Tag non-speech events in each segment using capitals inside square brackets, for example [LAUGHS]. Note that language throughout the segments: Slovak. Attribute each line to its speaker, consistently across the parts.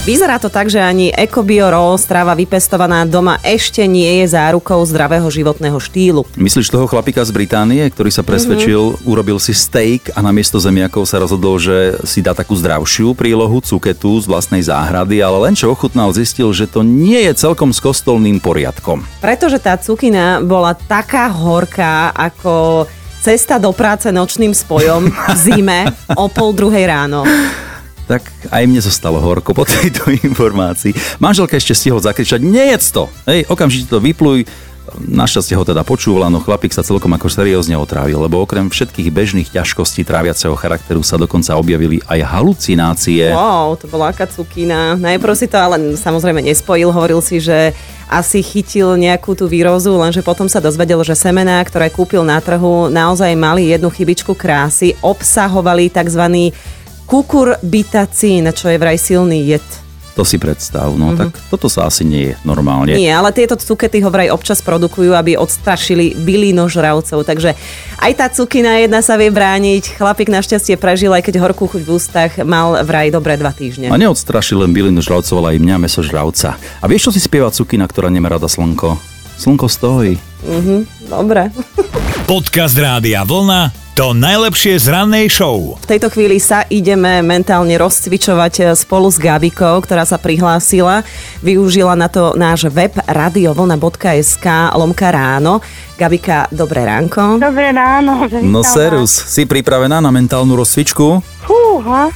Speaker 1: Vyzerá to tak, že ani EcoBio Raw strava vypestovaná doma ešte nie je zárukou zdravého životného štýlu.
Speaker 2: Myslíš toho chlapika z Británie, ktorý sa presvedčil, mm-hmm. urobil si steak a namiesto zemiakov sa rozhodol, že si dá takú zdravšiu prílohu cuketu z vlastnej záhrady, ale len čo ochutnal, zistil, že to nie je celkom s kostolným poriadkom.
Speaker 1: Pretože tá cukina bola taká horká, ako cesta do práce nočným spojom v zime o pol druhej ráno.
Speaker 2: Tak aj mne zostalo horko po [LAUGHS] tejto informácii. Manželka ešte stihol zakričať, nejedz to! Hej, okamžite to vypluj, Našťastie ho teda počúvala, no chlapík sa celkom ako seriózne otrávil, lebo okrem všetkých bežných ťažkostí tráviaceho charakteru sa dokonca objavili aj halucinácie.
Speaker 1: Wow, to bola aká cukina. Najprv si to ale samozrejme nespojil, hovoril si, že asi chytil nejakú tú výrozu, lenže potom sa dozvedel, že semená, ktoré kúpil na trhu, naozaj mali jednu chybičku krásy, obsahovali tzv. kukurbitacín, čo je vraj silný jed.
Speaker 2: To si predstav, no mm-hmm. tak toto sa asi nie je normálne.
Speaker 1: Nie, ale tieto cukety ho vraj občas produkujú, aby odstrašili bylinožravcov, takže aj tá cukina jedna sa vie brániť. Chlapík našťastie prežil, aj keď horkú chuť v ústach mal vraj dobre dva týždne.
Speaker 2: A neodstrašil len bylinožravcov, ale aj mňa, mesožravca. A vieš, čo si spieva cukina, ktorá nemá rada slnko? Slnko stojí.
Speaker 1: Mhm, dobre.
Speaker 3: Podcast Rádia Vlna to najlepšie z rannej show.
Speaker 1: V tejto chvíli sa ideme mentálne rozcvičovať eh, spolu s Gabikou, ktorá sa prihlásila. Využila na to náš web radiovlna.sk lomka ráno. Gabika, dobré ránko.
Speaker 4: Dobré ráno. Že
Speaker 2: No
Speaker 4: vítam
Speaker 2: serus,
Speaker 4: vás.
Speaker 2: si pripravená na mentálnu rozcvičku?
Speaker 4: Fúha.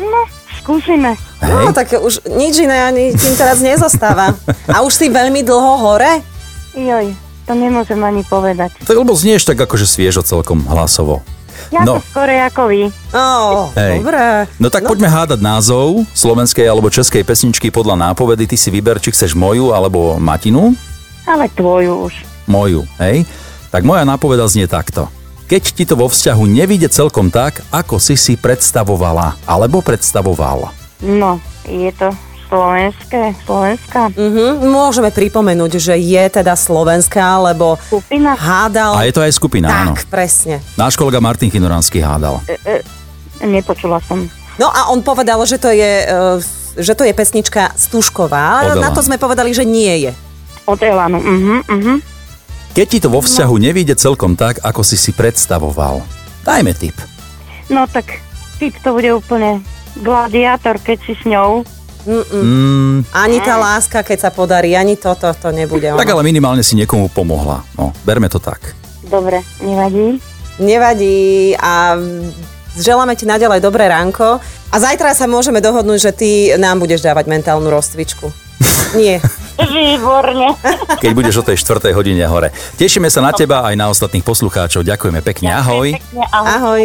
Speaker 4: No, skúsime.
Speaker 1: No, tak už nič iné ani tým teraz nezostáva. A už si veľmi dlho hore?
Speaker 4: Joj, to nemôžem ani povedať.
Speaker 2: Tak lebo znieš tak akože sviežo celkom hlasovo.
Speaker 4: Ja
Speaker 2: No.
Speaker 4: no. to skore ako vy.
Speaker 1: Ó,
Speaker 2: Hej.
Speaker 1: dobre.
Speaker 2: No tak poďme hádať názov slovenskej alebo českej pesničky podľa nápovedy. Ty si vyber, či chceš moju alebo Matinu.
Speaker 4: Ale tvoju už.
Speaker 2: Moju, hej? Tak moja nápoveda znie takto. Keď ti to vo vzťahu nevíde celkom tak, ako si si predstavovala alebo predstavoval.
Speaker 4: No, je to slovenské, slovenská
Speaker 1: Mhm, môžeme pripomenúť, že je teda slovenská, lebo
Speaker 4: skupina.
Speaker 1: hádal...
Speaker 2: A je to aj skupina, áno.
Speaker 1: tak, presne.
Speaker 2: Náš kolega Martin Chinoranský hádal.
Speaker 4: Nepočula som.
Speaker 1: No a on povedal, že to je, e, že to je pesnička Stušková.
Speaker 2: Odela.
Speaker 1: Na to sme povedali, že nie je.
Speaker 4: Od Elanu. Mhm, mhm.
Speaker 2: Keď ti to vo vzťahu nevíde celkom tak, ako si si predstavoval. Dajme tip.
Speaker 4: No tak, typ to bude úplne gladiátor, keď si s ňou.
Speaker 2: Mm,
Speaker 1: Ani tá láska, keď sa podarí, ani toto to nebude. Ono.
Speaker 2: tak ale minimálne si niekomu pomohla. No, berme to tak.
Speaker 4: Dobre, nevadí.
Speaker 1: Nevadí a želáme ti naďalej dobré ránko. A zajtra sa môžeme dohodnúť, že ty nám budeš dávať mentálnu
Speaker 2: [LAUGHS]
Speaker 1: rozcvičku. Nie.
Speaker 4: Výborne.
Speaker 2: Keď budeš o tej 4. hodine hore. Tešíme sa na teba aj na ostatných poslucháčov. Ďakujeme pekne. Ahoj.
Speaker 4: Pekne, ahoj.
Speaker 1: Ahoj.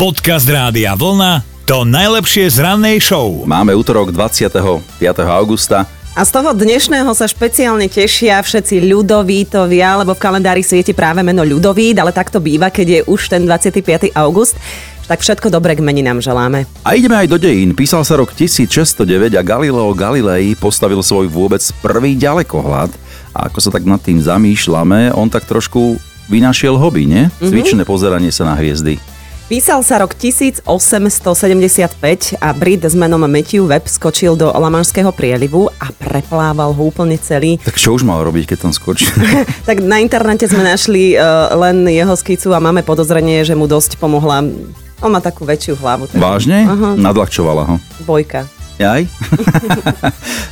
Speaker 3: Podcast Rádia Vlna to najlepšie z rannej show.
Speaker 2: Máme útorok 25. augusta.
Speaker 1: A z toho dnešného sa špeciálne tešia všetci ľudovítovia, lebo v kalendári svieti práve meno ľudovít, ale tak to býva, keď je už ten 25. august. Tak všetko dobre k meninám želáme.
Speaker 2: A ideme aj do dejín. Písal sa rok 1609 a Galileo Galilei postavil svoj vôbec prvý ďalekohľad. A ako sa tak nad tým zamýšľame, on tak trošku vynašiel hobby, nie? Cvičné pozeranie sa na hviezdy.
Speaker 1: Písal sa rok 1875 a Brit s menom Matthew Webb skočil do Lamanšského prielivu a preplával ho úplne celý.
Speaker 2: Tak čo už mal robiť, keď tam skočil?
Speaker 1: Tak na internete sme našli uh, len jeho skicu a máme podozrenie, že mu dosť pomohla. On má takú väčšiu hlavu. Tak
Speaker 2: Vážne?
Speaker 1: Aha.
Speaker 2: Nadľahčovala ho.
Speaker 1: Bojka.
Speaker 2: Aj? [LAUGHS]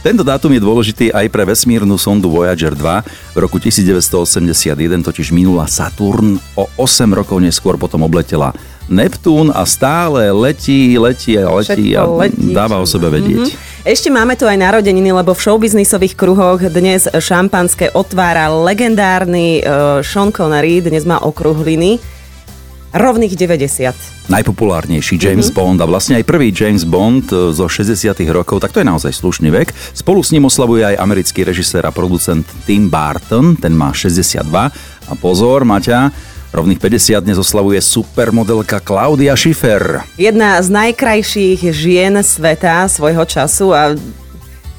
Speaker 2: Tento dátum je dôležitý aj pre vesmírnu sondu Voyager 2. V roku 1981 totiž minula Saturn, o 8 rokov neskôr potom obletela Neptún a stále letí, letí a letí
Speaker 1: Všetko
Speaker 2: a
Speaker 1: letí. Mhm.
Speaker 2: dáva o sebe vedieť.
Speaker 1: Ešte máme tu aj narodeniny, lebo v showbiznisových kruhoch dnes šampanské otvára legendárny uh, Sean Connery, dnes má okruhliny rovných 90.
Speaker 2: Najpopulárnejší James Bond a vlastne aj prvý James Bond e, zo 60 rokov, tak to je naozaj slušný vek. Spolu s ním oslavuje aj americký režisér a producent Tim Burton, ten má 62. A pozor, Maťa, rovných 50 dnes oslavuje supermodelka Claudia Schiffer.
Speaker 1: Jedna z najkrajších žien sveta svojho času a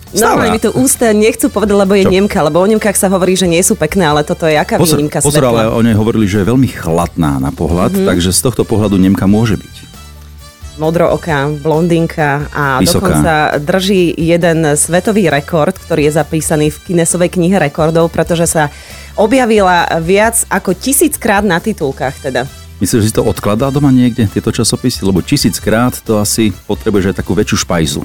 Speaker 2: Stále.
Speaker 1: Normálne mi to ústa nechcú povedať, lebo je
Speaker 2: Čo?
Speaker 1: Nemka, lebo o Nemkách sa hovorí, že nie sú pekné, ale toto je aká
Speaker 2: Pozor,
Speaker 1: výnimka
Speaker 2: pozor
Speaker 1: svetla.
Speaker 2: ale o nej hovorili, že je veľmi chladná na pohľad, mm-hmm. takže z tohto pohľadu Nemka môže byť.
Speaker 1: modrooká blondinka a
Speaker 2: Vysoká.
Speaker 1: dokonca drží jeden svetový rekord, ktorý je zapísaný v Kinesovej knihe rekordov, pretože sa objavila viac ako tisíckrát na titulkách teda.
Speaker 2: Myslíš, že si to odkladá doma niekde, tieto časopisy? Lebo tisíckrát to asi potrebuješ aj takú väčšiu špajzu.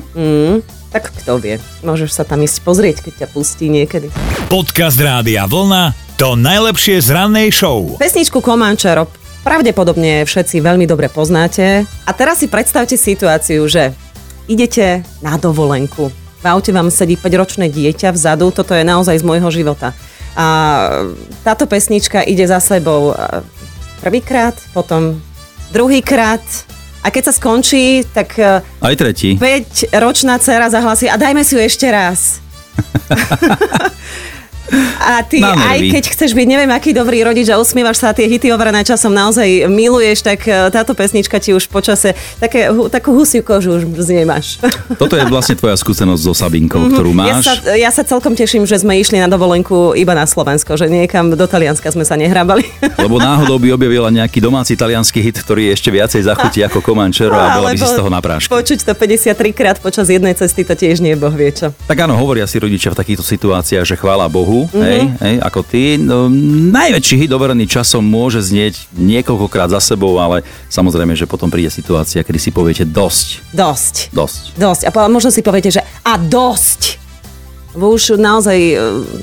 Speaker 1: Tak kto vie, môžeš sa tam ísť pozrieť, keď ťa pustí niekedy.
Speaker 3: Podcast Rádia Vlna to najlepšie z rannej show.
Speaker 1: Pesničku Komančero pravdepodobne všetci veľmi dobre poznáte. A teraz si predstavte situáciu, že idete na dovolenku. V aute vám sedí 5-ročné dieťa vzadu, toto je naozaj z môjho života. A táto pesnička ide za sebou eh, prvýkrát, potom druhýkrát a keď sa skončí, tak e,
Speaker 2: Aj tretí.
Speaker 1: 5-ročná dcera zahlasí a dajme si ju ešte
Speaker 2: [LAUGHS]
Speaker 1: raz. A ty,
Speaker 2: Na
Speaker 1: aj
Speaker 2: nervy.
Speaker 1: keď chceš byť neviem aký dobrý rodič a usmievaš sa a tie hity overené časom naozaj miluješ, tak eh, táto pesnička ti už počase také, hu- takú husiu kožu už z nej máš. [LAUGHS]
Speaker 2: Toto je vlastne tvoja skúsenosť so Sabinkou, ktorú
Speaker 1: Mhm. Ja
Speaker 2: máš.
Speaker 1: sa, ja sa celkom teším, že sme išli na dovolenku iba na Slovensko, že niekam do Talianska sme sa
Speaker 2: [LAUGHS]
Speaker 1: nehrábali.
Speaker 2: Lebo náhodou by objavila nejaký domáci talianský hit, ktorý je ešte viacej zachutí ako Comanchero a bola by si z toho na prášku.
Speaker 1: Počuť to 53 krát počas jednej cesty, to tiež nie je boh vie čo.
Speaker 2: Tak áno, hovoria si rodičia v takýchto situáciách, že chvála Bohu,
Speaker 1: Mhm.
Speaker 2: mm-hmm. hej, hej, ako ty. No, najväčší hit overený časom môže znieť niekoľkokrát za sebou, ale samozrejme, že potom príde situácia, kedy si poviete dosť,
Speaker 1: Dosť.
Speaker 2: dosť.
Speaker 1: Dosť. A po- možno si poviete, že a dosť. Lebo Už naozaj e,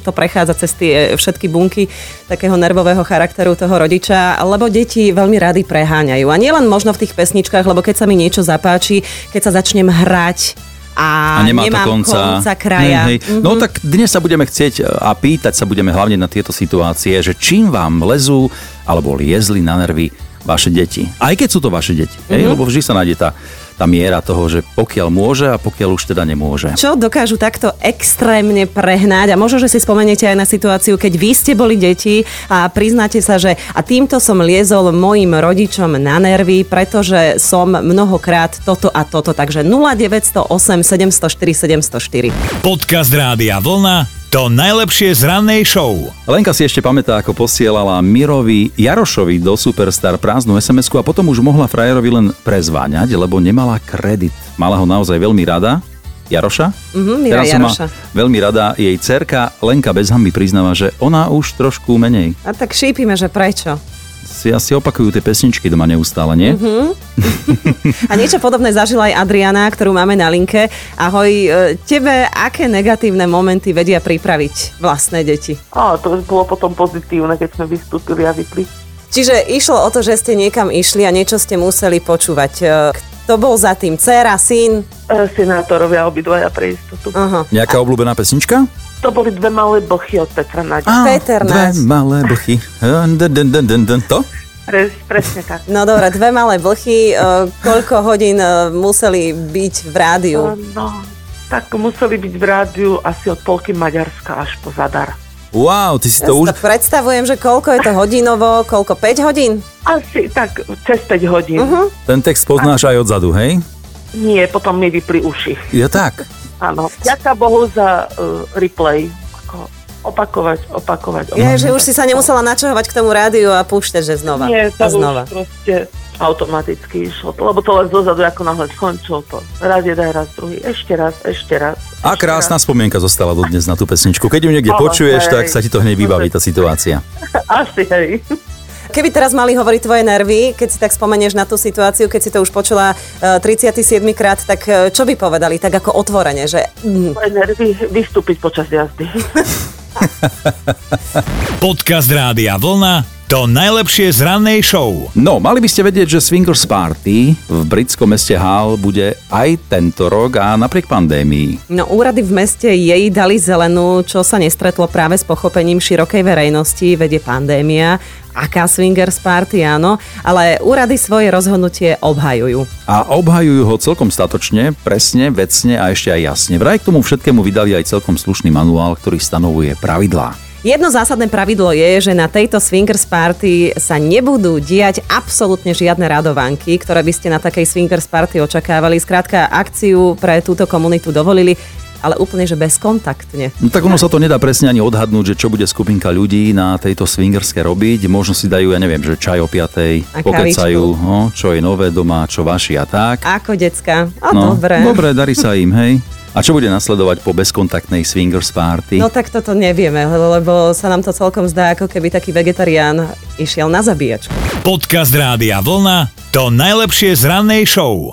Speaker 1: to prechádza cez tie všetky bunky takého nervového charakteru toho rodiča, lebo deti veľmi rady preháňajú. A nielen možno v tých pesničkách, lebo keď sa mi niečo zapáči, keď sa začnem hrať a,
Speaker 2: A nemá
Speaker 1: nemám
Speaker 2: to konca.
Speaker 1: kraja.
Speaker 2: Hej, hej. No tak dnes sa budeme chcieť e, a pýtať sa budeme hlavne na tieto situácie, že čím vám lezú alebo liezli na nervy vaše deti. Aj keď sú to vaše deti, hej, lebo vždy sa nájde tá, tá miera toho, že pokiaľ môže a pokiaľ už teda nemôže.
Speaker 1: Čo dokážu takto extrémne prehnať a možno, že si spomeniete aj na situáciu, keď vy ste boli deti a priznáte sa, že a týmto som liezol mojim rodičom na nervy, pretože som mnohokrát toto a toto. Takže 0908 704 704.
Speaker 3: Podcast Rádia Vlna to najlepšie z rannej show.
Speaker 2: Lenka si ešte pamätá, ako posielala Mirovi Jarošovi do Superstar prázdnu sms a potom už mohla frajerovi len prezváňať, lebo nemala kredit. Mala ho naozaj veľmi rada. Jaroša?
Speaker 1: Mhm, Mira
Speaker 2: Teraz som
Speaker 1: Jaroša.
Speaker 2: Ma veľmi rada jej cerka Lenka bez hamby priznáva, že ona už trošku menej.
Speaker 1: A tak šípime, že prečo.
Speaker 2: Si asi opakujú tie pesničky doma neustále, nie? Mm-hmm.
Speaker 1: Mhm. A niečo podobné zažila aj Adriana, ktorú máme na linke. Ahoj, e, tebe aké negatívne momenty vedia pripraviť vlastné deti?
Speaker 5: A to už bolo potom pozitívne, keď sme vystúpili a vypli.
Speaker 1: Čiže išlo o to, že ste niekam išli a niečo ste museli počúvať. E, Kto bol za tým? Céra, syn?
Speaker 5: E, Senátorovia obidvaja pre istotu.
Speaker 1: Aha.
Speaker 2: Nejaká obľúbená pesnička?
Speaker 5: To boli dve malé blchy od Petra Nadia.
Speaker 2: Á,
Speaker 1: Peter
Speaker 2: dve
Speaker 1: náš.
Speaker 2: malé blchy. Dun, dun, dun, dun, dun. To?
Speaker 5: Pre, presne tak.
Speaker 1: No dobre, dve malé vlchy, e, koľko hodín e, museli byť v rádiu?
Speaker 5: E, No, tak museli byť v rádiu asi od polky Maďarska až po Zadar.
Speaker 2: Wow, ty si
Speaker 1: Ja si
Speaker 2: to už...
Speaker 1: to predstavujem, že koľko je to hodinovo, koľko? 5 hodín?
Speaker 5: Asi tak cez 5 hodín. Uh-huh.
Speaker 2: Ten text poznáš aj odzadu, hej?
Speaker 5: Nie, potom mi vypli uši.
Speaker 2: Ja tak.
Speaker 5: Áno. Ďaká Bohu za uh, replay. Ako opakovať, opakovať, opakovať.
Speaker 1: Ja, že už si sa nemusela načahovať k tomu rádiu a púšťať, že znova. a
Speaker 5: Nie, to
Speaker 1: znova.
Speaker 5: už proste automaticky išlo. To, lebo to len zozadu, ako náhle skončil to. Raz jeden, raz druhý, ešte raz, ešte raz.
Speaker 2: A
Speaker 5: ešte
Speaker 2: krásna spomienka zostala do dnes na tú pesničku. Keď ju niekde
Speaker 5: Áno,
Speaker 2: počuješ,
Speaker 5: hej.
Speaker 2: tak sa ti to hneď vybaví tá situácia.
Speaker 5: raz. Asi, hej. [LAUGHS]
Speaker 1: Keby teraz mali hovoriť tvoje nervy, keď si tak spomenieš na tú situáciu, keď si to už počula e, 37 krát, tak e, čo by povedali tak ako otvorene, že mm,
Speaker 5: Moje nervy vystúpiť počas jazdy.
Speaker 3: Podcast Rádia Vlna to najlepšie z rannej show.
Speaker 2: No, mali by ste vedieť, že Swingers Party v britskom meste Hall bude aj tento rok a napriek pandémii.
Speaker 1: No úrady v meste jej dali zelenú, čo sa nestretlo práve s pochopením širokej verejnosti, vedie pandémia, aká swingers party, áno, ale úrady svoje rozhodnutie obhajujú.
Speaker 2: A obhajujú ho celkom statočne, presne, vecne a ešte aj jasne. Vraj k tomu všetkému vydali aj celkom slušný manuál, ktorý stanovuje pravidlá.
Speaker 1: Jedno zásadné pravidlo je, že na tejto swingers party sa nebudú diať absolútne žiadne radovanky, ktoré by ste na takej swingers party očakávali. Skrátka, akciu pre túto komunitu dovolili ale úplne, že bezkontaktne.
Speaker 2: No tak ono sa to nedá presne ani odhadnúť, že čo bude skupinka ľudí na tejto swingerske robiť. Možno si dajú, ja neviem, že čaj o piatej,
Speaker 1: A
Speaker 2: pokecajú, no, čo je nové doma, čo vaši a tak.
Speaker 1: Ako decka. A no, dobre.
Speaker 2: dobre, darí sa im, hej. A čo bude nasledovať po bezkontaktnej swingers party?
Speaker 1: No tak toto nevieme, lebo sa nám to celkom zdá, ako keby taký vegetarián išiel na zabíjačku.
Speaker 3: Podcast Rádia Vlna to najlepšie z rannej show.